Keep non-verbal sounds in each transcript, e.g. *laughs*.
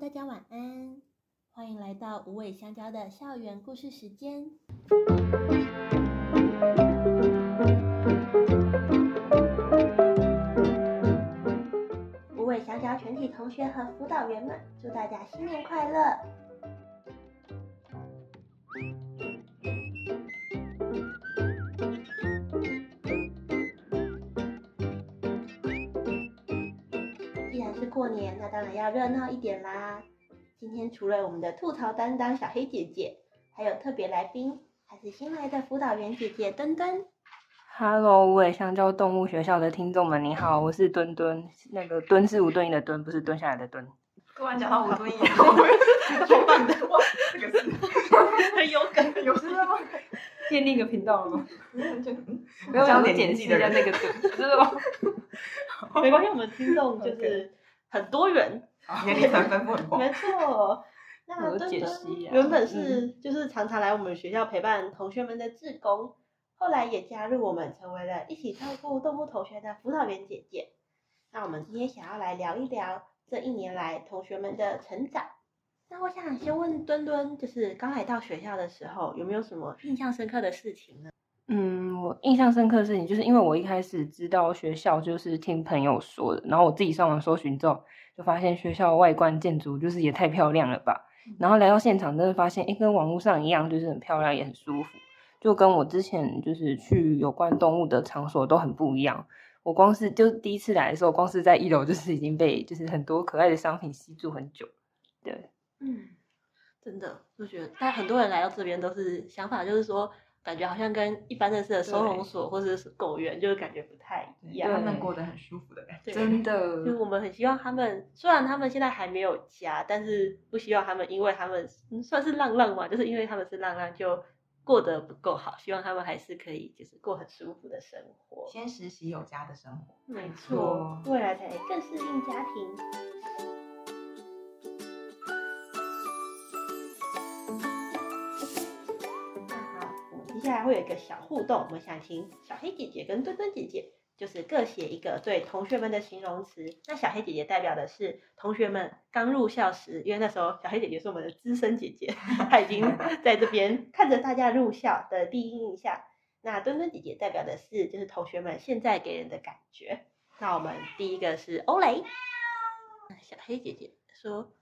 大家晚安，欢迎来到无尾香蕉的校园故事时间。无尾香蕉全体同学和辅导员们，祝大家新年快乐！既然是过年，那当然要热闹一点啦。今天除了我们的吐槽担当小黑姐姐，还有特别来宾，还是新来的辅导员姐姐墩墩。 Hello，无尾香蕉动物学校的听众们，你好，我是墩墩，那个墩是无盾义的墩，不是蹲下来的蹲。突然讲到吴敦义，啊 *laughs* 好棒的，哇，这 *laughs* 个是很有梗，有真的吗？建立一个频道了吗？没有焦讲点年年纪纪的的人，那个蹲，真的吗？没关系，我们听众就 *laughs* 是很多人，年龄 *laughs* 层分布很广。没 *laughs* 错。那我墩解墩析啊原本是、就是常常来我们学校陪伴同学们的志工，后来也加入我们，成为了一起照顾动物同学的辅导员姐姐。那我们今天想要来聊一聊这一年来同学们的成长。那我想先问墩墩，就是刚来到学校的时候，有没有什么印象深刻的事情呢？嗯，我印象深刻的事情，就是因为我一开始知道学校就是听朋友说的，然后我自己上网搜寻之后，就发现学校外观建筑就是也太漂亮了吧。然后来到现场，真的发现，诶，跟网络上一样，就是很漂亮，也很舒服，就跟我之前就是去有关动物的场所都很不一样。我光是就是第一次来的时候，光是在一楼就是已经被就是很多可爱的商品吸住很久。对，嗯，真的，我觉得，但很多人来到这边都是想法，就是说，感觉好像跟一般认识的收容对所或者是狗园，就是感觉不太一让他样。们过得很舒服的感觉，对真就的是我们很希望他们，虽然他们现在还没有家，但是不希望他们，因为他们、嗯算是浪浪嘛，就是因为他们是浪浪，就过得不够好，希望他们还是可以，就是过很舒服的生活。先实习有家的生活。没错错，未来才更适应家庭。那好，我们接下来会有一个小互动，我们想请小黑姐姐跟墩墩姐姐，就是各写一个对同学们的形容词。那小黑姐姐代表的是同学们刚入校时，因为那时候小黑姐姐是我们的资深姐姐，她已经在这边看着大家入校的第一印象。那墩墩姐姐代表的是就是同学们现在给人的感觉。那我们第一个是欧蕾，小黑姐姐说，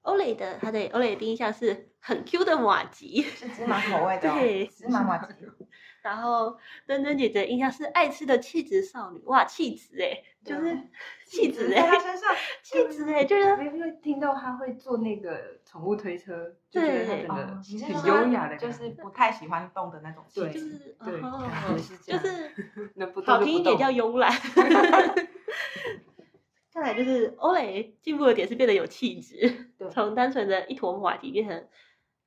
欧蕾的她对欧蕾的第一印象是很 Q 的马吉，是芝麻口味的哦，对芝麻麻吉，然后墩墩姐姐的印象是爱吃的气质少女，哇，气质哎，就对啊是气质在哎他，身上，气质哎，就是因为听到他会坐那个宠物推车，就觉得他整哦你是很说优他雅的就感是不太喜欢动的那种气就质。是对 *laughs* *laughs* 哦，是这就样是那不好听一点叫慵懒。 *laughs* 看来就是欧蕾进步的点是变得有气质对，从单纯的一坨马吉变成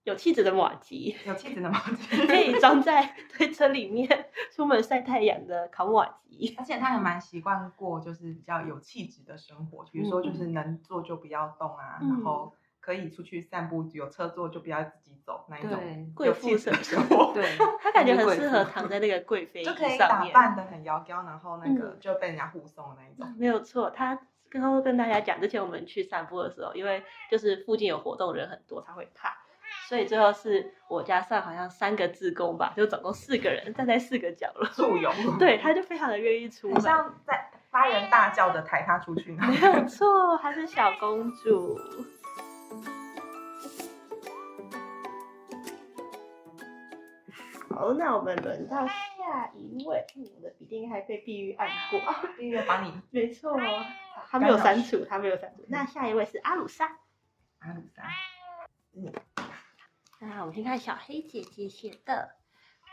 有气质的马吉，有气质 *laughs* 的麻吉，可以装在 *laughs* 推车里面出门晒太阳的烤马吉。而且他还蛮习惯过，就是比较有气质的生活，比如说就是能坐就不要动啊，嗯然后可以出去散步，有车坐就不要自己走那一种对贵有妇气质的生生 *laughs* *laughs* 活，对，他感觉就很是贵适合妇躺在那个贵妃椅就可以上打面，扮的很窈窕，然后那个嗯就被人家护送的那一 *laughs* 种。没有错。他刚刚跟大家讲，之前我们去散步的时候，因为就是附近有活动，人很多，他会怕。所以最后是我加上好像三个志工吧，就总共四个人站在四个角落， *laughs* 助游，对，他就非常的愿意出很门，像在发人大叫的抬他出去那没 *laughs* 样。有错，她是小公主。好，那我们轮到下一位，嗯我的笔电还被碧玉按过，音乐把你 *laughs* 没错，他哎没有删除，他没有删除。那下一位是阿鲁莎，阿鲁莎，那我们先看小黑姐姐写的，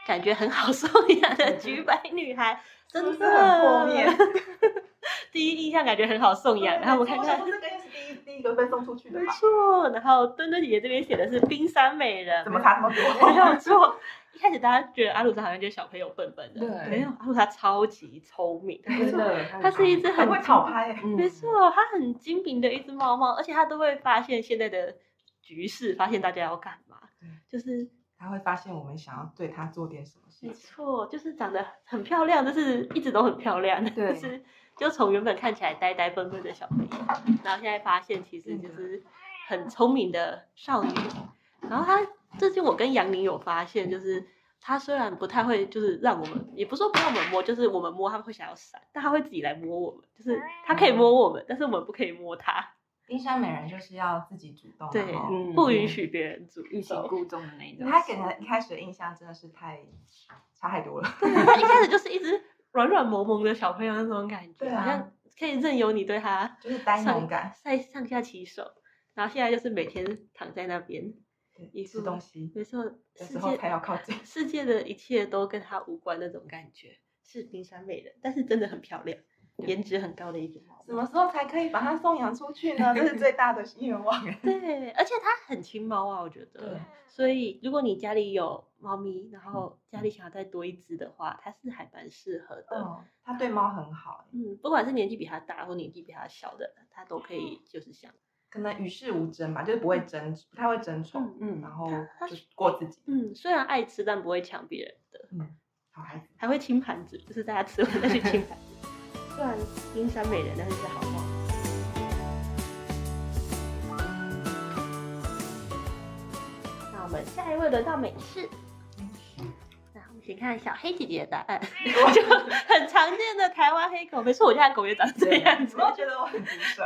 感觉很好受呀 *laughs* 的橘白女孩，真是不是很的破灭。 *laughs* 第一印象感觉很好送养，然后我看看 *laughs* 我想说这个应该是第一第一个被送出去的没吧？错，然后墩墩姐姐这边写的是冰山美人，怎么差这 *laughs* 么没有多？ *laughs* 错。一开始大家觉得阿鲁莎好像就是小朋友笨笨的，对没有阿鲁莎超级聪明，真的，它是一只很很会讨拍欸，嗯没错，它很精明的一只猫猫，而且它都会发现现在的局势，发现大家要干嘛对，就是他会发现我们想要对他做点什么事没情。错，就是长得很漂亮，就是一直都很漂亮，就对是就从原本看起来呆呆笨笨的小朋友，然后现在发现其实就是很聪明的少女。然后她，这就我跟杨宁有发现，就是她虽然不太会，就是让我们，也不是说不让我们摸，就是我们摸她会想要闪，但她会自己来摸我们，就是她可以摸我们，但是我们不可以摸她，冰山美人就是要自己主动，对然后嗯，不允许别人主欲擒动。故纵的那一种。他给人一开始的印象真的是太差太多了。 *laughs* 她一开始就是一只软软萌萌的小朋友那种感觉，对啊好像可以任由你对她就是单上勇感，在上下其手，然后现在就是每天躺在那边，对吃东西没错，的世时候才界要靠近。世界的一切都跟她无关那种感觉，是冰山美人，但是真的很漂亮，颜值很高的一只猫。什么时候才可以把它送养出去呢？这是最大的愿望。对，而且它很亲猫啊，我觉对得。所以如果你家里有猫咪，然后家里想要再多一只的话，它是还蛮适合的。 *laughs* 嗯，他对猫很好，嗯，不管是年纪比它大或年纪比它小的，它都可以就是想，可能与世无争吧，就是不会争，不太会争宠，嗯然 *laughs* 后就是过自己。嗯，虽然爱吃，但不会抢别人的，好孩子，还会清盘子，就是大家吃完再去清盘子。 *laughs* 虽然冰山美人，但是是好猫。那我们下一位轮到美式。那我们先看小黑姐姐的答案，*laughs* 哎就很常见的台湾黑狗。没错，我家的狗也长这啊样子有没，有觉得我很毒 *laughs* 舌？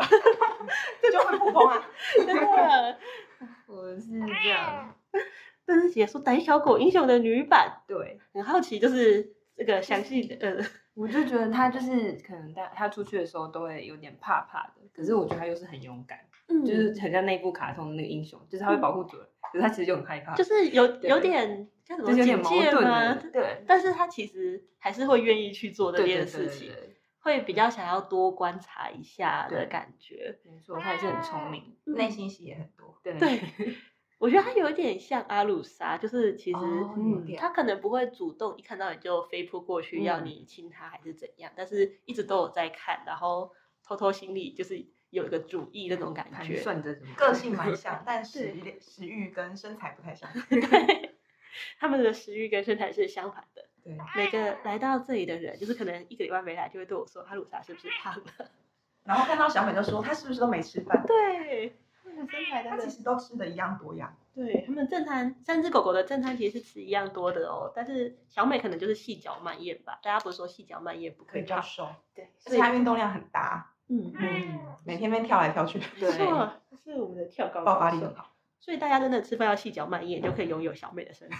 这就会普通啊。真的。我是这样，但是解说胆小狗英雄的女版，对，很好奇，就是这个详细的，呃，我就觉得他就是可能带他出去的时候都会有点怕怕的，可是我觉得他又是很勇敢，嗯就是很像那部卡通的那个英雄，就是他会保护主人，可是他其实就很害怕，就是是有对有点叫什么有点警矛戒盾啊吗的？，对，但是他其实还是会愿意去做这件事情，对，对对对会比较想要多观察一下的对感觉。对没错，他也是很聪明，嗯 *laughs* 内心戏也很多，对对， *laughs* 我觉得他有一点像阿鲁莎，就是其实、哦有嗯，点他可能不会主动一看到你就飞扑过去嗯要你亲他还是怎样，但是一直都有在看，然后偷偷心里就是有一个主意那种感盘觉。算着什么个性蛮像，但食对欲食欲跟身材不太 *laughs* 像。他们的食欲跟身材是相反的。对，每个来到这里的人，就是可能一个礼拜没来，就会对我说阿鲁莎是不是胖了？ *laughs* 然后看到小美就说他是不是都没吃饭？对，他们的身材他真的其实都吃的一样多样。对他们正餐，三只狗狗的正餐其实是吃一样多的哦，但是小美可能就是细嚼慢咽吧。大家不是说细嚼慢咽不可以胖？瘦，对，而所且以他运动量很大，嗯，嗯，每天被跳来跳去，没对错，这是我们的跳高 *laughs* 爆发高力手很好。所以大家真的吃饭要细嚼慢咽，就可以拥有小美的身材。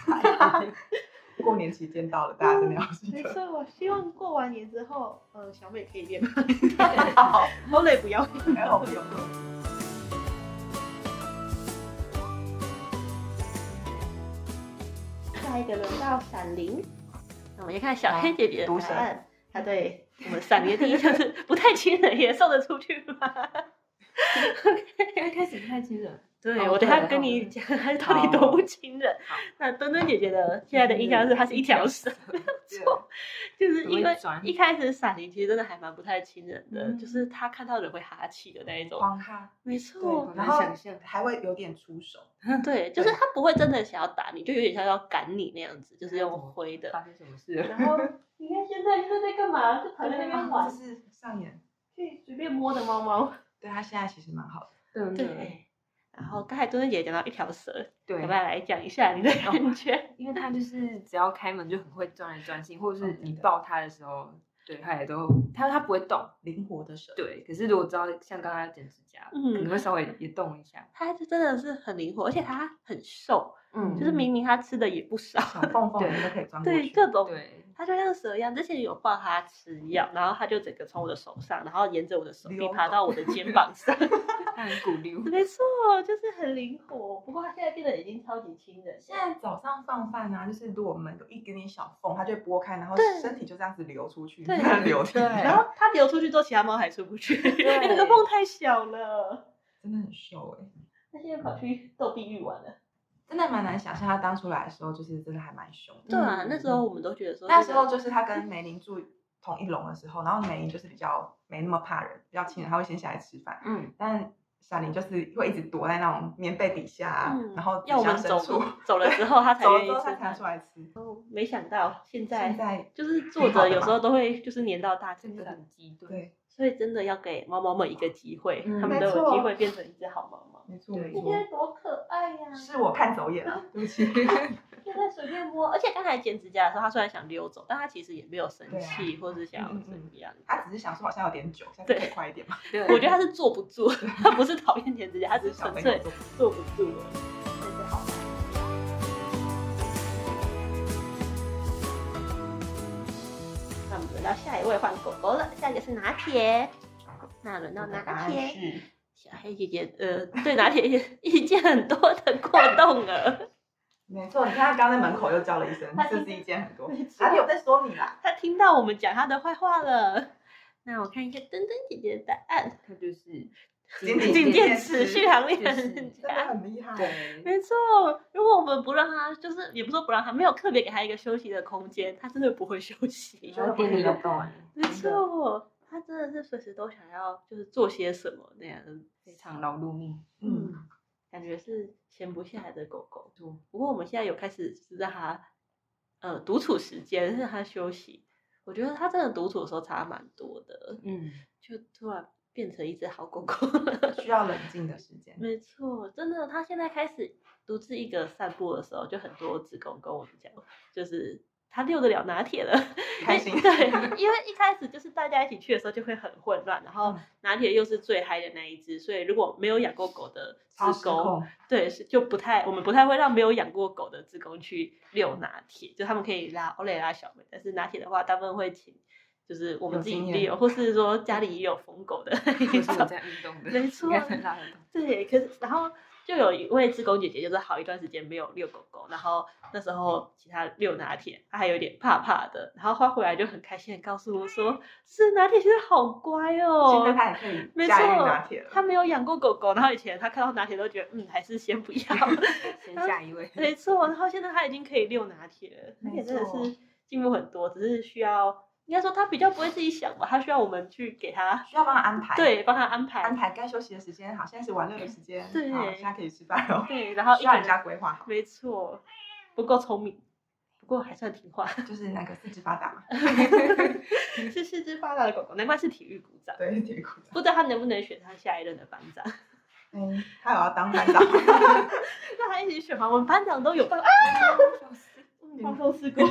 过年期间到了，大家真的要 *laughs* 记没得。错，我希望过完年之后，呃，小美可以变胖，好， *laughs* 后累不要。还好不用。下一个轮到闪灵，那我们先看小黑姐姐毒的蛇答案。她对我们闪灵的第一就是不太亲人也送得出去吗？一开始不太亲人，对，哦我等对下然跟后你呢讲它到底多不亲人好。那墩墩姐姐的现在的印象是它是一条蛇，对就是很会因为钻一开始闪灵其实真的还蛮不太亲人的，嗯哦就是它看到人会哈气的那一种。狂哈，没我错，难然后想象，还会有点出手，对，就是它不会真的想要打你，就有点像要赶你那样子，就是用挥的。发生什么事了？哦然 *laughs* 后你看现在就是在干嘛？就躺在那边玩就，是上演。去随便摸的猫猫。嗯对他现在其实蛮好的，对对对。然后刚才墩墩姐姐讲到一条蛇，要不对，要来讲一下你的感觉？ *laughs* 因为他就是只要开门就很会钻来钻去，或者哦是真你的抱他的时候，对他也都他他不会动，灵活的蛇。对。可是如果知道像刚刚剪指甲，嗯可能会稍微也动一下，它就真的是很灵活，而且它很瘦，嗯就是明明它吃的也不少， *laughs* 小缝缝对你都可以钻过嗯对去。各种，对它就像蛇一样。之前有抱它吃药，然后它就整个从我的手上，然后沿着我的手臂溜走爬到我的肩膀上，他很鼓 *laughs* 溜，没错，就是很灵活。不过它现在变得已经超级亲人了，现在早上放饭啊，就是如果我们有一点点小缝，它就会拨开，然后对身体就这样子流出去，对它流出对然后它流出去之后，其他猫还出不去，因为那个缝太小了。真的很瘦哎、它现在跑去逗碧玉玩了。真的蛮难想象它当初来的时候，就是真的还蛮凶的。对啊，嗯那时候我们都觉得说嗯那时候就是它跟梅林住同一笼的时候，然后梅林就是比较没那么怕人，比较亲人，它会先下来吃饭，嗯，但闪灵就是会一直躲在那种棉被底下、啊，嗯然后要我们想走伸出路走了之后，它才 *laughs* 走了愿之意后吃它才饭出。来吃。哦没想到现在现在就是作者有时候都会就是黏到大家，真的很激动，对，所以真的要给猫猫们一个机会，嗯它们都没有错机会变成一只好猫猫。没错对没你错觉，得多可爱呀、是我看走眼了，对 *laughs* 不起。就在随便摸，而且刚才剪指甲的时候，它虽然想溜走，但它其实也没有生气，或是想要怎么样。他只是想说好像有点久，下次可以快一点嘛。对我觉得它是做不住，它不是讨厌剪指甲，它只只是是小纯朋粹友做坐不住了，真是好。那我们轮到下一位换狗狗了，下一个是拿铁。那轮到拿铁，是小黑姐姐呃对拿铁意见很多的过动儿，没错，你看他刚在门口又叫了一声他，这听是一件很多没。错哪里有在说你啦？她听到我们讲她的坏话了。 *laughs* 那我看一下噔噔姐姐的答 *laughs* 案，它就是仅仅仅仅见见持持续行列就是人真的家。很厉害。对，没错，如果我们不让他，就是也不是说不让他，没有特别给他一个休息的空间，他真的不会休 *laughs* 息。然后店里有动，没错，他真的是随时都想要就是做些什么那样的，非常劳碌命。嗯，嗯，感觉是闲不下来的狗狗。不过我们现在有开始是让它，呃，独处时间让它休息。我觉得它真的独处的时候差蛮多的，嗯，就突然变成一只好狗狗了。 *laughs* 需要冷静的时间。 *laughs* 没错，真的，它现在开始独自一个散步的时候，就很多职工跟我们讲，就是它溜得了拿铁了，开心 *laughs* 对，因为一开始就是大家一起去的时候就会很混乱，然后嗯拿铁又是最嗨的那一只，所以如果没有养过狗的 *laughs* 超职失工，控，对，是就不太我们不太会让没有养过狗的职工去遛拿铁，就他们可以拉欧蕾拉小妹，但是拿铁的话，大部分会请。就是我们有自己经验遛，或是说家里也有疯狗 *laughs* 的那 *laughs* 一为种什么，在运动的？没错应该很拉得动。对，可是然后就有一位志工姐姐，就是好一段时间没有遛狗狗，然后那时候其他遛拿铁，她还有点怕怕的，然后她回来就很开心的告诉我说，是拿铁现在好乖现在哦。他也可以没错驾驭拿铁，了。她没有养过狗狗，然后以前她看到拿铁都觉得，嗯，还是先不要。先下一位，没错，然后现在她已经可以遛拿铁了，拿铁真的没是进步很多，只是需要，应该说她比较不会自己想吧，她需要我们去给她，需要帮他安排。。对，帮她安排，安排该休息的时间，好，现在是玩乐的时间，对好，现在可以吃饭哦。对，然后一需要个人人家规划好，没错，不够聪明，不过还算听话， *laughs* 就是那个四肢发达嘛，是四肢发达的狗狗，难怪是体育股长。对，体育股长。不知道他能不能选上下一任的班长， *laughs* 嗯，他有要当班长，那他一起选吗？我们班长都有办啊，放松事故，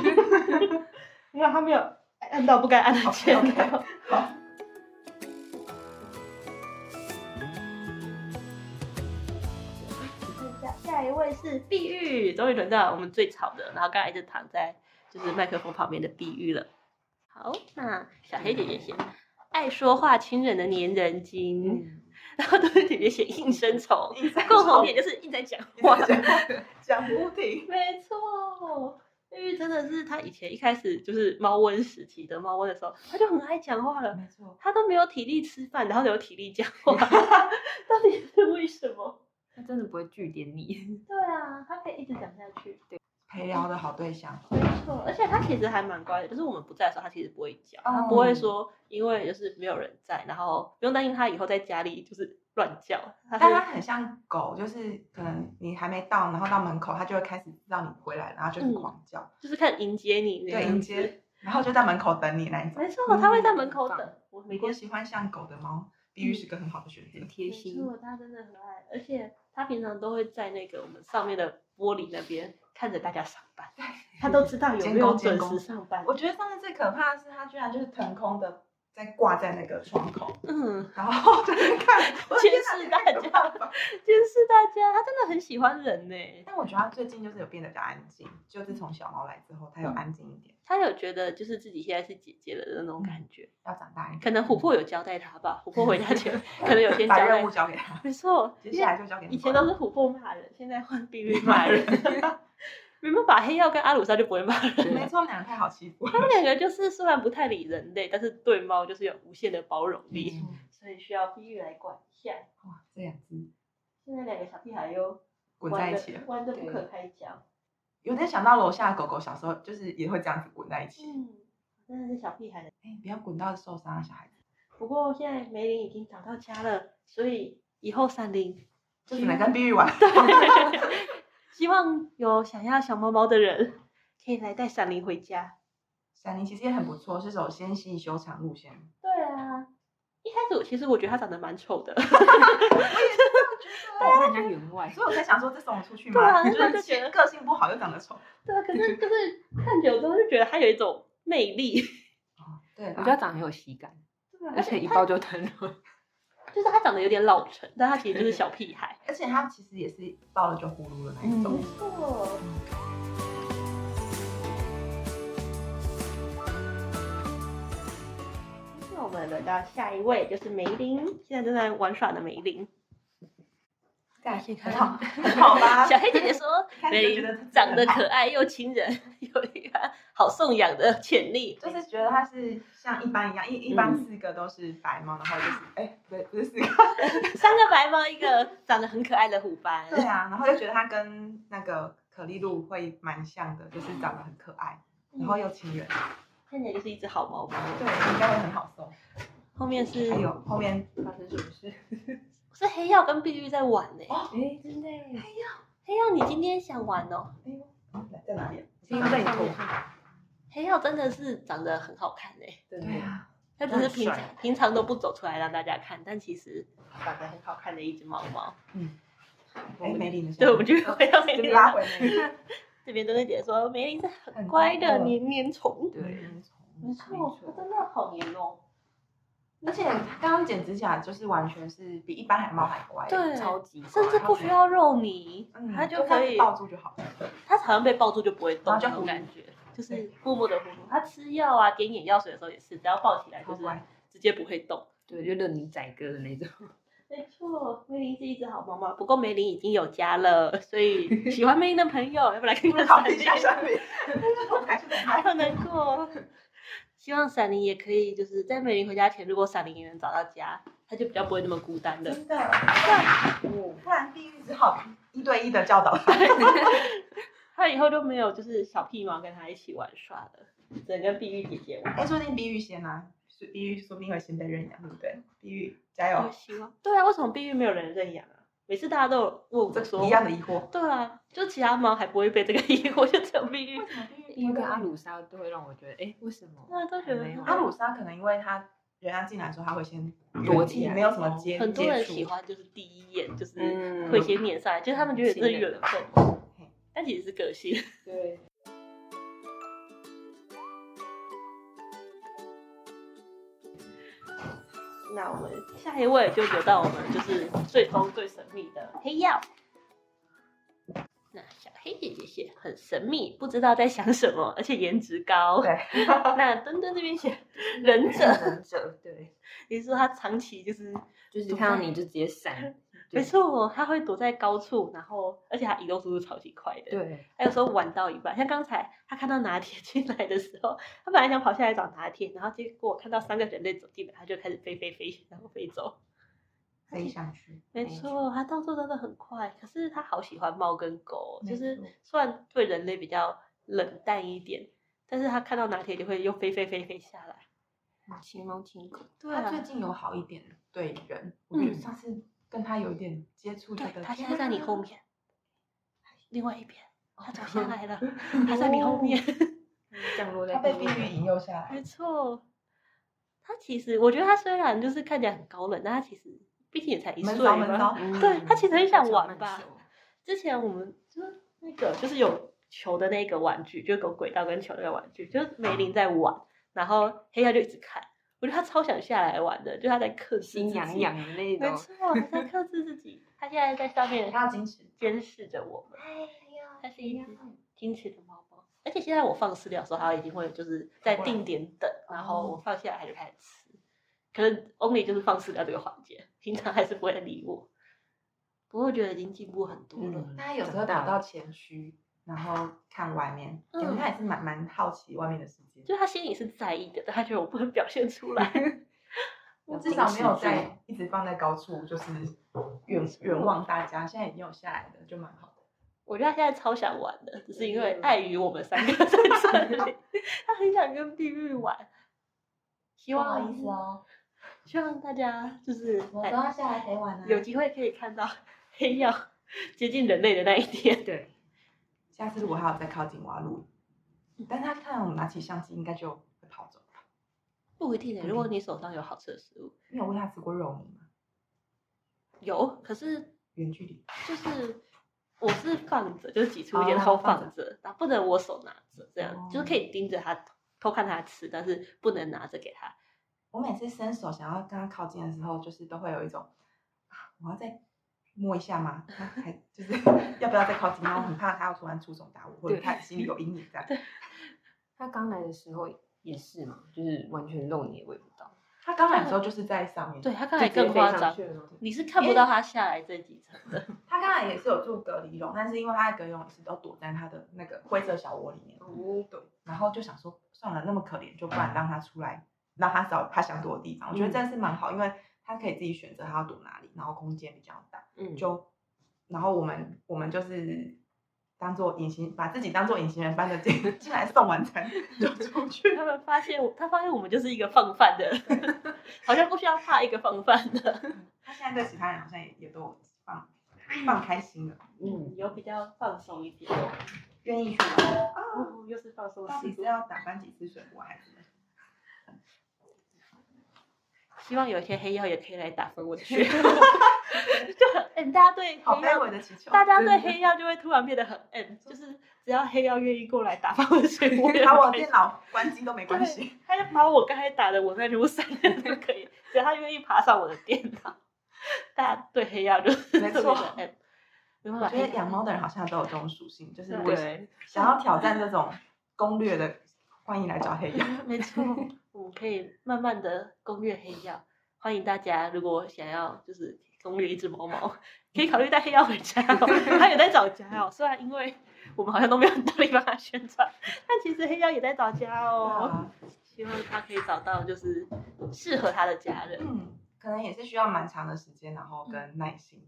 没有，他没有按到不该按的键。 OK，OK 好，下下一位是碧玉，终于轮到我们最吵的，然后刚才一直躺在就是麦克风旁边的碧玉了。好，那小黑姐姐先，爱说话亲人的粘人精，嗯，然后都是姐姐写应声虫，一直在共同点就是一直在讲一话直。在讲讲不停，没错，因为真的是他以前一开始就是猫瘟时期的猫瘟的时候，他就很爱讲话了，没错，他都没有体力吃饭，然后有体力讲话， *laughs* 到底是为什么？他真的不会据点你。对啊，他可以一直讲下去，陪聊的好对象，没错，而且他其实还蛮乖的，就是我们不在的时候，他其实不会叫，他哦不会说因为就是没有人在，然后不用担心他以后在家里就是乱叫，他但它是很像狗，就是可能你还没到，然后到门口，它就会开始让你回来，然后就是嗯狂叫，就是看迎接你那对，样迎子，接，然后就在门口等你那一种。没错，他会在门嗯口棒等，我每天如果喜欢像狗的猫，地狱是个很好的选择很。贴没心，错，他真的很爱，而且他平常都会在那个我们上面的玻璃那边看着大家上班，他都知道有监没有工监准时工上班我。觉得上次最可怕的是，它居然就是腾空的在挂在那个窗口，嗯，然 *laughs* 后就是看，我的监天哪视这太大可家怕了吧 *laughs* 监视大家，他真的很喜欢人呢、但我觉得它最近就是有变得比较安静，就自从小猫来之后，它有安静一点，他有觉得就是自己现在是姐姐了的那种感觉，要长大一点，可能琥珀有交代他吧，琥珀回家 *laughs* 前可能有先交把代任务。交给它，没错，接因下为来就交给以前都是琥珀骂人，现在换碧玉骂人。 *laughs* 没办法，黑曜跟阿鲁莎就不会骂人。是没错，我们两个太好欺负了。他们两个就是虽然不太理人类，但是对猫就是有无限的包容力。嗯所以需要碧玉来管一下。哇，这两只现在两个小屁孩又滚在一起了。玩的不可开交。有点想到楼下的狗狗小时候就是也会这样子滚在一起，嗯，真的是小屁孩的。哎、不要滚到受伤啊，小孩子，不过现在梅林已经找到家了，所以以后闪灵就只能跟碧玉 *laughs* 玩。希望有想要小猫猫的人可以来带闪灵回家。闪灵其实也很不错，是走纤细修长路线，对啊，一开始我其实我觉得他长得蛮丑的，对啊人家员 *laughs* 外，所以我才想说，这送我出去对吗？啊你就那就是觉得个性不好又长得丑。 *laughs* 对啊，可是可是看久之后就觉得他有一种魅力，哦对我觉得他长得很有喜感，对啊而且一抱就疼了。就是他长得有点老成，但他其实就是小屁孩。而且他其实也是到了就呼噜的那一种。错。那我们轮到下一位，就是梅林，现在正在玩耍的梅林。感谢看很好，很好吧？ *laughs* 小黑姐姐说，看梅你就觉得林长得很好可爱又亲人，有一个好送养的潜力。就是觉得他是像一般一样，一一般嗯四个都是白猫，然后 *laughs* 就是哎，不对，不是四个，三个白猫，一个长得很可爱的虎斑。 *laughs* 对啊，然后就觉得他跟那个可丽露会蛮像的，就是长得很可爱，然后又亲人，看起来就是一只好猫猫。对，应该会很好送。后面是还有后面发生什么事？是黑曜跟碧玉在玩呢、哦，哎，真的耶， *laughs* 黑曜，你今天想玩哦？哎呦，在哪里？因为在你头黑曜真的是长得很好看呢、欸真的对啊，它只是平很常平常都不走出来让大家看，但其实长得很好看的一只猫 *laughs* 猫。哎，梅林的声音，对，我们就回到梅就 *laughs* 林拉啦回梅林，这边，珍珍姐说梅林是很乖的很乖的黏黏虫。对嗯，没错，它真的好黏哦。而且刚刚剪指甲就是完全是比一般海猫还乖，对超级乖，甚至不需要肉泥嗯，，它就就可看以，抱住就好了。它好像被抱住就不会动然后就那种呼噜感觉，就是默默的呼噜。它吃药啊，点眼药水的时候也是，只要抱起来就超是乖直接不会动。对，就任你宰割的那种。没错，梅林是一只好猫猫，不过梅林已经有家了，所 *laughs* 以喜欢梅林的朋友，要不来看看考闪虑一下灵，山林，我还是很爱。好难过哦。希望闪灵也可以，就是在梅林回家前，如果闪灵也能找到家，他就比较不会那么孤单了。真的，不然地狱只好一对一的教导他。他以后就没有就是小屁猫跟他一起玩耍了，只能跟碧玉姐姐玩。哎，说不定碧玉先啊，是碧玉说不定会先被认养，对不对？碧玉加有油，希望。对啊，为什么碧玉没有人认养啊？每次大家都有问这我是说一，样的疑惑。对啊，就其他猫还不会被这个 *laughs* 疑惑，就只有碧玉， *laughs* 因为跟啊阿鲁莎都会让我觉得，哎，为什么？大啊家都觉得没有阿鲁莎可能因为他人家进来的时候，他会先躲起来没有什么接哦很多人接触喜。欢就是第一眼就是嗯会先撵上来，就是他们觉得这是缘分嗯，但其实是个性。 *laughs* 对，那我们下一位就留到我们就是最终最神秘的黑曜。那小黑姐姐写很神秘，不知道在想什么，而且颜值高。对，那墩墩这边写忍者，忍者，对，你说他长期就是就是看到你就直接闪，对没错，他会躲在高处，然后而且他移动速度超级快的。对，还有时候玩到一半，像刚才他看到拿铁 *laughs* 进来的时候，他本来想跑下来找拿铁，然后结果看到三个人类走进来，他就开始飞飞飞，然后飞走。飞上去，没没错，他动作真的很快，可是他好喜欢猫跟狗哦，就没是错虽然对人类比较冷淡一点，但是他看到拿铁就会又飞飞飞飞下来。嗯亲猫亲狗，对他最啊，近有好一点对人，我觉得嗯上次跟他有一点接触，觉对得，他现天在在你哪后面，另外一边，他走下来 *laughs* 了，他在你后哦面。降落在他被地碧面玉引诱下没来，错，他其实我觉得他虽然就是看起来很高冷，但他其实毕竟也才一嗯闷岁骚闷嘛。骚，对他其实很想玩慢吧熟之前我们就是那个就是有球的那个玩具，就是有轨道跟球的那个玩具，就是梅林在玩，然后黑曜就一直看，我觉得他超想下来玩的，就他在克制心自痒己。痒的那没种，错，他在克制自己，他现在在上 *laughs* 面他要矜持。监视着我们。它是一只矜持的猫猫，而且现在我放饲料的时候，它已经会就是在定点等，然后哦我放下来它就开始吃。可能 only 就是放饲料这个环节，平常还是不会理我。不过我觉得已经进步很多了。嗯他有时候长大跑到了前区，然后看外面，嗯感觉他也是蛮蛮好奇外面的世界，就它心里是在意的，但它觉得我不能表现出来。 *laughs* 我有至少矜没持有住在一直放在高处，就是远远望大家。现在已经有下来的，就蛮好的。我觉得它现在超想玩的，只是因嗯为碍于我们三个在这 *laughs* 里，它很想跟碧玉玩。希不望好意思，哦，希望大家就是哎我都要下来陪玩啊。有机会可以看到黑曜接近人类的那一天。对，下次如果他有再靠近，我要录影。但他看我拿起相机，应该就会跑走了吧。不一定的。如果你手上有好吃的食物，你有喂它吃过肉泥吗？有，可是远距离，就是我是放着，就是挤出一点哦偷放放着，哦然后不能我手拿着，这样、就是可以盯着他偷看他吃，但是不能拿着给他。我每次伸手想要跟它靠近的时候，就是都会有一种啊，我要再摸一下吗？它还就是 *laughs* 要不要再靠近？然后很怕它要突然出手打我，或者对它心里有阴影这样。他刚来的时候也是嘛，就是完全肉你也喂不到，它刚来的时候就是在上面，对他刚才更夸张，你是看因不为到他下来这几层 *laughs* 的。它刚才也是有住隔离笼，但是因为它的隔离笼也是都躲在它的那个灰色小窝里面，哦，对，然后就想说算了，那么可怜，就不然让它出来，让它找它想躲的地方。我觉得嗯这样是蛮好，因为它可以自己选择它要躲哪里，然后空间比较大。嗯，就然后我们我们就是当做隐形，把自己当做隐形人般的进 *laughs* 进来送晚餐就出去。他们发现我，他发现我们就是一个放饭的， *laughs* 好像不需要怕一个放饭的。他现在对其他人好像也也都放放开心了， *laughs* 嗯，有比较放松一点，愿意去玩。啊，哦，又是放松到底是要打翻几次水壶还是？希望有一天黑曜也可以来打分我 *laughs* 的血。就很，嗯、大家对好黑卑曜微的祈求。大家对真的黑曜就会突然变得很 M，就是只要黑曜愿意过来打发我的 *laughs* 水， *laughs* 我也把我可以电。脑关机都没关对系。他就把我刚才打的我那全部删掉就可以，只要他愿意爬上我的电脑。大家对黑曜就是特别没的错 M，没办我法，觉得 *laughs* 养猫的人好像都有这种属性，就是如果对，想要挑战这种攻略的，欢迎来找黑羊。没错， *laughs* 我们可以慢慢的攻略黑曜。欢迎大家，如果想要就是攻略一只猫猫，可以考虑带黑曜回家、哦。它也在找家哦，虽然因为我们好像都没有很大力帮它宣传，但其实黑曜也在找家哦。 *laughs* 啊希望它可以找到就是适合它的家人，嗯，可能也是需要蛮长的时间，然后嗯跟耐心。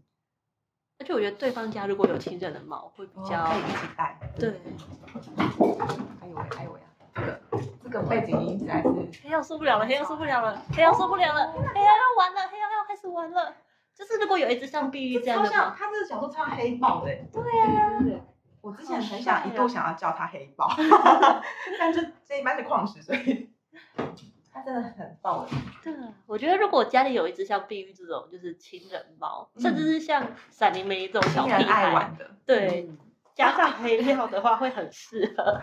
而且我觉得对方家如果有亲人的猫，会比较、哦可以一起带。对。哎呦喂，哎呦喂啊！这个这个背景音实在是，黑曜受不了了，黑曜受不了了，黑曜受不了了，哦黑曜要玩了，黑曜要开始玩了。就是如果有一只像碧玉这样超的猫像，，它这个小说超像黑豹的欸。我之前很好想帅一啊度想要叫它黑 *laughs* 豹，但是这一般是矿石，所以 *laughs* 它真的很棒的。对啊，我觉得如果家里有一只像碧玉这种就是亲人猫，嗯甚至是像闪灵梅这种小亲屁人爱孩，玩嗯的，对，嗯加上黑曜的话会很适 *laughs* 合，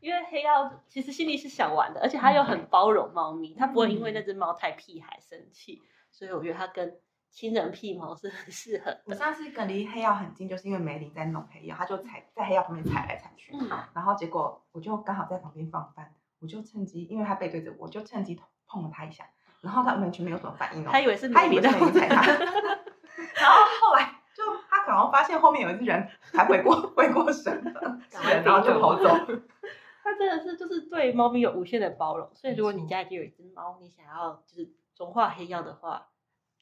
因为黑曜其实心里是想玩的，而且它又很包容猫咪，它不会因为那只猫太屁孩生嗯气，所以我觉得它跟亲人屁猫是很适合我的。上次跟离黑曜很近，就是因为梅林在弄黑曜，他就踩在黑曜旁边踩来踩去，嗯，然后结果我就刚好在旁边放饭，我就趁机，因为他背对着我，我就趁机碰了他一下，然后他完全没有什么反应哦，它以为是美他以丽为的是梅林踩他， *laughs* 然后后来就他可能发现后面有一只人还回过回过神了，赶快然后就飞跑走。 *laughs* 它真的是就是对猫咪有无限的包容，所以如果你没错家已经有一只猫，你想要就是融化黑曜的话，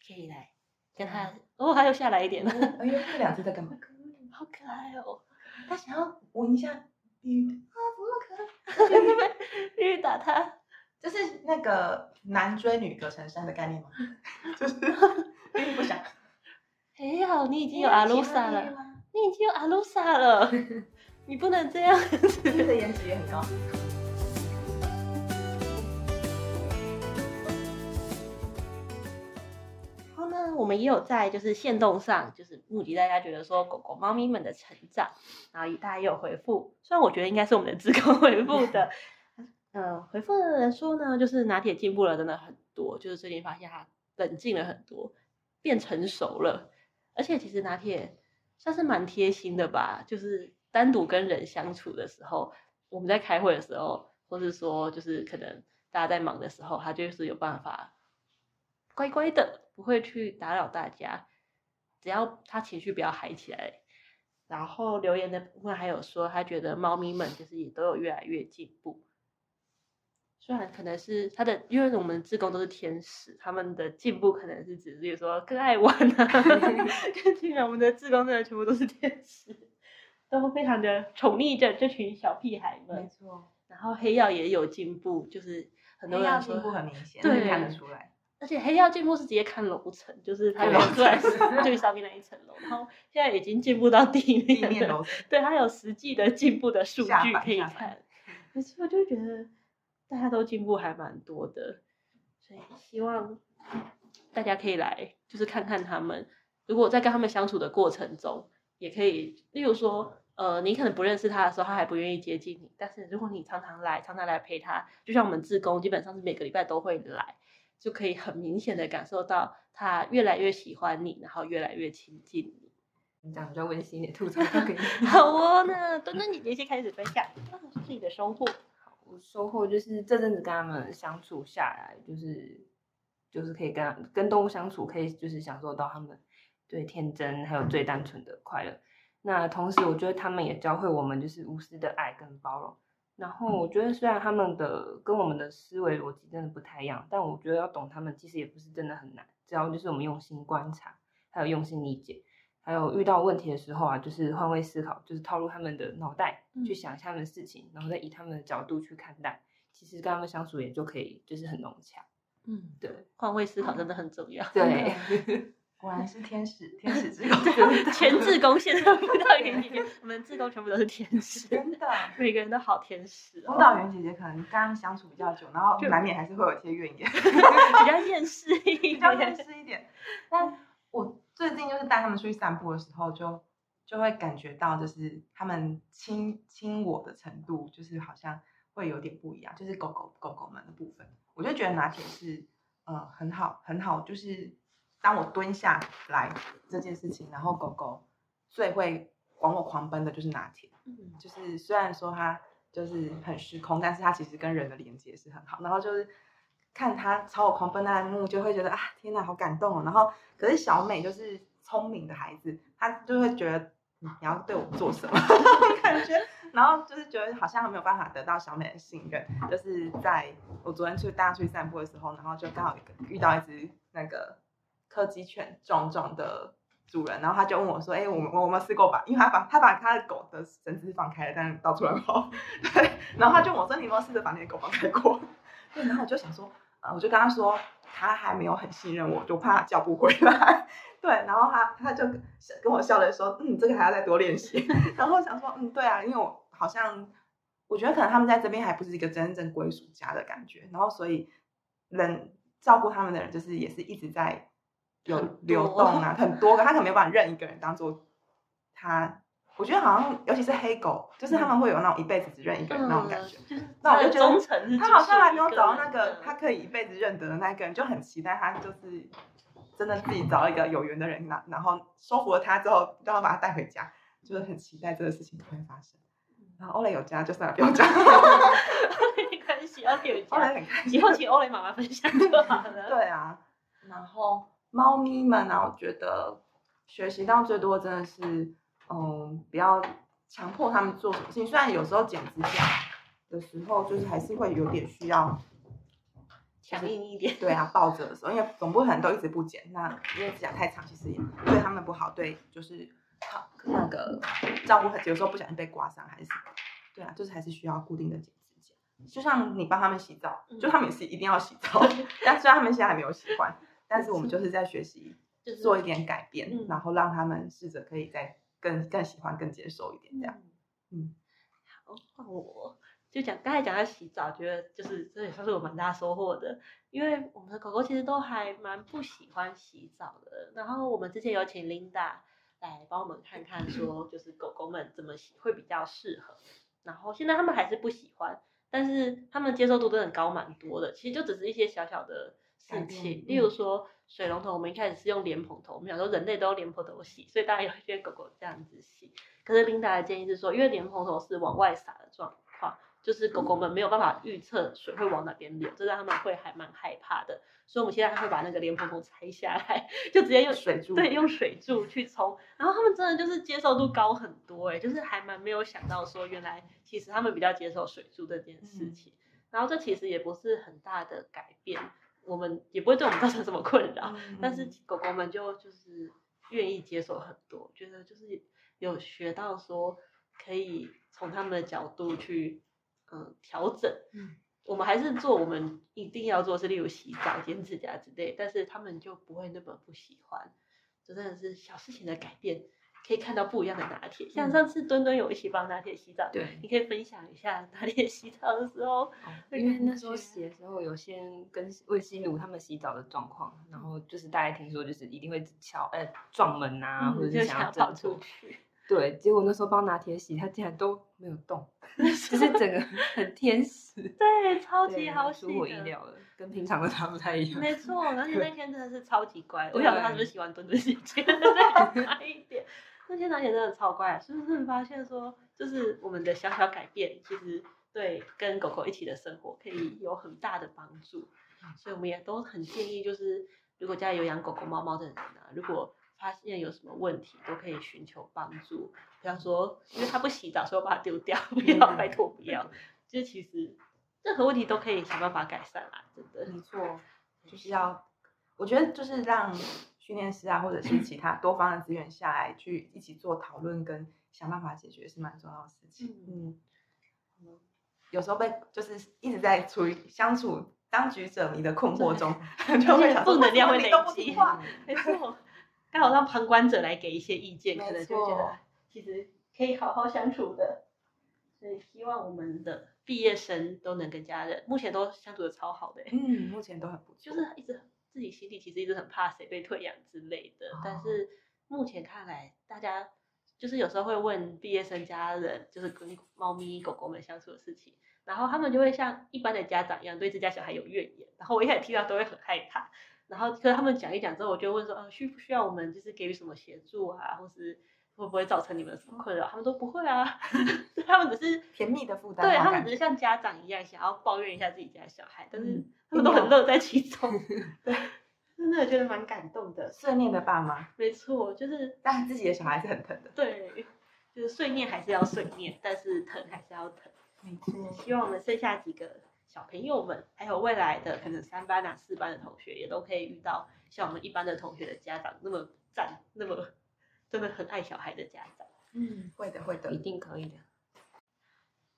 可以来跟它。嗯哦，它又下来一点了，哎呦，这两只在干嘛？ *laughs* 好可爱哦！他想要闻一下鱼啊，怎么可爱？因为打它，这是那个男追女隔层山的概念吗？ *laughs* 就是并不想。黑曜，你已经有阿鲁萨了，，你已经有阿鲁萨了，你不能这样。自己的颜值也很高。然后呢，我们也有在就是线动上，就是募集大家觉得说狗狗、猫咪们的成长，然后大家也有回复，虽然我觉得应该是我们的职工 *laughs* 回复的，呃，回复的人说呢，就是拿铁进步了真的很多，就是最近发现它冷静了很多，变成熟了，而且其实拿铁算是蛮贴心的吧，就是单独跟人相处的时候，我们在开会的时候，或是说就是可能大家在忙的时候，它就是有办法乖乖的，不会去打扰大家，只要它情绪不要嗨起来。然后留言的部分还有说，他觉得猫咪们就是也都有越来越进步。虽然可能是他的，因为我们志工都是天使，他们的进步可能是指，比如说更爱玩啊， *laughs* *laughs* 更竟然我们的志工真的全部都是天使，都非常的宠溺着这群小屁孩们。错，然后黑曜也有进步，就是很很多多人人说进步很明显，对是看得出来。而且黑曜进步是直接看楼层，就是它对有出来是最上面那一层楼，然后现在已经进步到地地面了。面楼层对，它有实际的进步的数下据凡可以下凡看。可是我就觉得大家都进步还蛮多的，所以希望大家可以来，就是看看他们。如果在跟他们相处的过程中，也可以，例如说，呃，你可能不认识他的时候，他还不愿意接近你，但是如果你常常来，常常来陪他，就像我们志工基本上是每个礼拜都会来，就可以很明显的感受到他越来越喜欢你，然后越来越亲近你。你讲比较温馨一点，吐槽就给你。 *laughs* 好哦，那墩墩姐姐先开始分享哦自己的收获。我收获就是这阵子跟他们相处下来，就是就是可以跟他跟动物相处，可以就是享受到他们最天真还有最单纯的快乐。那同时，我觉得他们也教会我们就是无私的爱跟包容。然后我觉得虽然他们的跟我们的思维逻辑真的不太一样，但我觉得要懂他们其实也不是真的很难，只要就是我们用心观察，还有用心理解，还有遇到问题的时候啊，就是换位思考，就是套入他们的脑袋嗯去想一下他们的事情，然后再以他们的角度去看待，其实跟他们相处也就可以就是很融洽。嗯，对换位思考真的很重要。对， *laughs* 果然是天使，天使之 *laughs* 光，全志工现 *laughs* 在不到一点，我们志工全部都是天使，真的。每个人都好天使辅哦，导员姐姐可能刚刚相处比较久，然后就难免还是会有一些怨言，比较厌世一比较认点。识一点。但我最近就是带他们出去散步的时候就，就会感觉到，就是他们亲亲我的程度，就是好像会有点不一样，就是狗狗狗狗们的部分，我就觉得拿铁是呃很好很好，就是当我蹲下来这件事情，然后狗狗最会往我狂奔的就是拿铁。嗯就是虽然说它就是很虚空，但是它其实跟人的连接是很好。然后就是看它朝我狂奔那一幕，就会觉得啊，天哪，好感动哦。然后可是小美就是聪明的孩子，她就会觉得嗯你要对我做什么感觉，然后就是觉得好像没有办法得到小美的信任。就是在我昨天去大家去散步的时候，然后就刚好有一个遇到一只那个柯基犬壮壮的主人，然后他就问我说：“哎、我们我们试过吧？”因为他把他把他的狗的绳子放开了，但是到处乱跑。对， *laughs* 然后他就问我说：“你有没有试着把你的狗放开过？”对，然后我就想说，呃，我就跟他说，他还没有很信任我，就怕他叫不回来。对，然后他他就跟跟我笑了说：“嗯，这个还要再多练习。” *laughs* 然后我想说，嗯，对啊，因为我好像我觉得可能他们在这边还不是一个真正归属家的感觉，然后所以人照顾他们的人就是也是一直在有很流多动啊，很多个，他可能没有办法认一个人当做他。我觉得好像，尤其是黑狗，就是他们会有那种一辈子只认一个人那种感觉。嗯那我就就是觉他的忠得诚是他好像还没有只找到是那一个人 *laughs* 他可以一辈子认得的那个人，就很期待他就是真的自己找到一个有缘的人，然然后收服了他之后，让他把他带回家，就是很期待这个事情会发生。嗯然后欧蕾有家，就算了，*laughs* 不要讲。没关系，要有欧蕾家。很开心。以后请欧蕾妈妈分享就好了。对啊，然后猫咪们呢、我觉得学习到最多真的是，嗯，不要强迫它们做什么事情。虽然有时候剪指甲的时候，就是还是会有点需要强硬一点，对啊，抱着的时候，因为总不可能都一直不剪，那因为指甲太长，其实也对他们不好，对，就是好那个照顾很，有时候不小心被刮伤还是什么，对啊，就是还是需要固定的剪指甲。就像你帮他们洗澡，就他们也是一定要洗澡，嗯但虽然他们现在还没有喜欢，但是我们就是在学习就是做一点改变，嗯然后让他们试着可以再更更喜欢、更接受一点这样。嗯，好，换我就讲刚才讲到洗澡，觉得就是这也算是我蛮大收获的，因为我们的狗狗其实都还蛮不喜欢洗澡的。然后我们之前有请 Linda 来帮我们看看，说就是狗狗们怎么洗会比较适合。然后现在他们还是不喜欢，但是他们接受度真的高蛮多的。其实就只是一些小小的改事变情，嗯例如说水龙头，我们一开始是用莲蓬头，我们想说人类都用莲蓬头洗，所以大家有一些狗狗这样子洗。可是琳达的建议是说，因为莲蓬头是往外洒的状况，就是狗狗们没有办法预测水会往哪边流，这让他们会还蛮害怕的。所以我们现在还会把那个莲蓬头拆下来， *laughs* 就直接用水柱对，用水柱去冲。然后他们真的就是接受度高很多、欸，就是还蛮没有想到说，原来其实他们比较接受水柱这件事情。然后这其实也不是很大的改变，我们也不会对我们造成什么困扰。嗯但是狗狗们就就是愿意接受很多，觉得就是有学到说可以从他们的角度去嗯调整。嗯我们还是做我们一定要做的事，例如洗澡、剪指甲之类，但是他们就不会那么不喜欢。这真的是小事情的改变，可以看到不一样的拿铁。像嗯上次墩墩有一起帮拿铁洗澡，对，你可以分享一下拿铁洗澡的时候，因为那时候洗的时候，有先跟魏西奴他们洗澡的状况，然后就是大家听说就是一定会敲呃撞门啊，嗯或者就是想想要要跑挣出脱。去。 *laughs* 对，结果那时候帮拿铁洗，他竟然都没有动，就是整个 *laughs* 很天使，对，超级对好洗出我意的。料了，跟平常的他不太一样。没错，而且那天真的是超级乖。我对想说他是不是喜欢墩墩姐姐，再乖一点。那天南姐真的超乖，啊是不是发现说，就是我们的小小改变，其实对跟狗狗一起的生活可以有很大的帮助。所以我们也都很建议，就是如果家里有养狗狗、猫猫的人啊，如果发现有什么问题，都可以寻求帮助。不要说因为它不洗澡，所以我把它丢掉，不要，拜托不要。就是其实任何问题都可以想办法改善啦，真的。没错，就是要，我觉得就是让训练师啊，或者是其他多方的资源下来，去一起做讨论跟想办法解决是蛮重要的事情。嗯，有时候被就是一直在处于相处当局者迷的困惑中， *laughs* 就会想说啊负能量会为什么你都不累积听话没 *laughs* 错，刚好让旁观者来给一些意见，没可能就会觉错得其实可以好好相处的。所以希望我们的毕业生都能跟家人，目前都相处的超好的欸、嗯，目前都很不错，就是一直很自己心里其实一直很怕谁被退养之类的，但哦是目前看来，大家就是有时候会问毕业生家人，就是跟猫咪狗狗们相处的事情，然后他们就会像一般的家长一样对自家小孩有怨言，然后我一开始听到都会很害怕，然后可是他们讲一讲之后，我就问说，嗯，需不需要我们就是给予什么协助啊，或是会不会造成你们什么困扰？他们都不会啊， *laughs* 他们只是甜蜜的负担对好他感们只是像家长一样想要抱怨一下自己家小孩，但是嗯他们都很乐在其中。 *laughs* 对，真的觉得蛮感动的。碎念的爸妈，没错，就是但自己的小孩是很疼的。对，就是碎念还是要碎念，但是疼还是要疼。没错，希望我们剩下几个小朋友们，还有未来的可能三班啊、四班的同学，也都可以遇到像我们一般的同学的家长那么赞，那么真的很爱小孩的家长。嗯，会的，会的一。定可以的。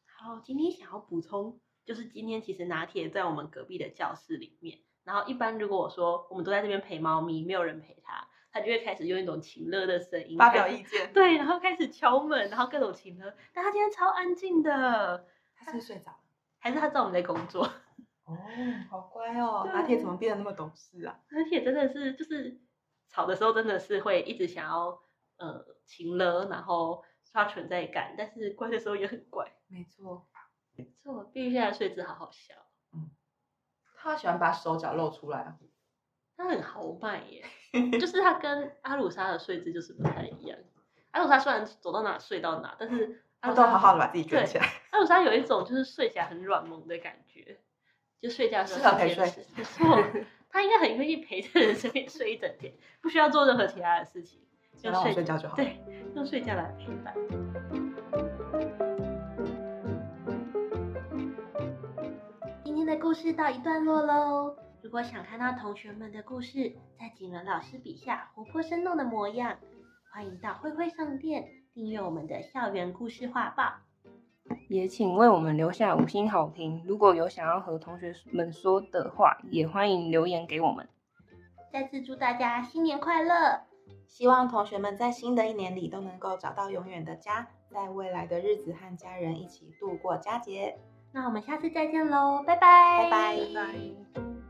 好，今天想要补充，就是今天其实拿铁在我们隔壁的教室里面，然后一般如果我说我们都在这边陪猫咪，没有人陪它，它就会开始用一种情乐的声音发表开始意见，对，然后开始敲门，然后各种情乐，但它今天超安静的，他是不是睡着了？还是它知道我们在工作？ *laughs* 哦，好乖哦，对拿铁怎么变得那么懂事啊？而且真的是就是吵的时候真的是会一直想要呃情乐，然后刷存在感，但是乖的时候也很乖，没错， *laughs* 所以我必须现在睡姿好好笑。他喜欢把手脚露出来。啊他很豪迈耶，就是他跟阿鲁莎的睡姿就是不太一样。阿鲁莎虽然走到哪睡到哪，但是阿鲁他哦都莎好好的把自己卷对起来， *laughs* 阿鲁莎有一种就是睡起来很软萌的感觉，就睡觉的时适合候很陪坚持。没错，他应该很愿意陪在人身边睡一整天，不需要做任何其他的事 *laughs* 情，就让我睡睡觉就好。对，用睡觉来陪伴。今天的故事到一段落喽。如果想看到同学们的故事在景伦老师笔下活泼生动的模样，欢迎到灰灰上店订阅我们的校园故事画报。也请为我们留下五星好评。如果有想要和同学们说的话，也欢迎留言给我们。再次祝大家新年快乐！ *laughs* 希望同学们在新的一年里都能够找到永远的家，在未来的日子和家人一起度过佳节。那我们下次再见喽，拜拜！拜拜。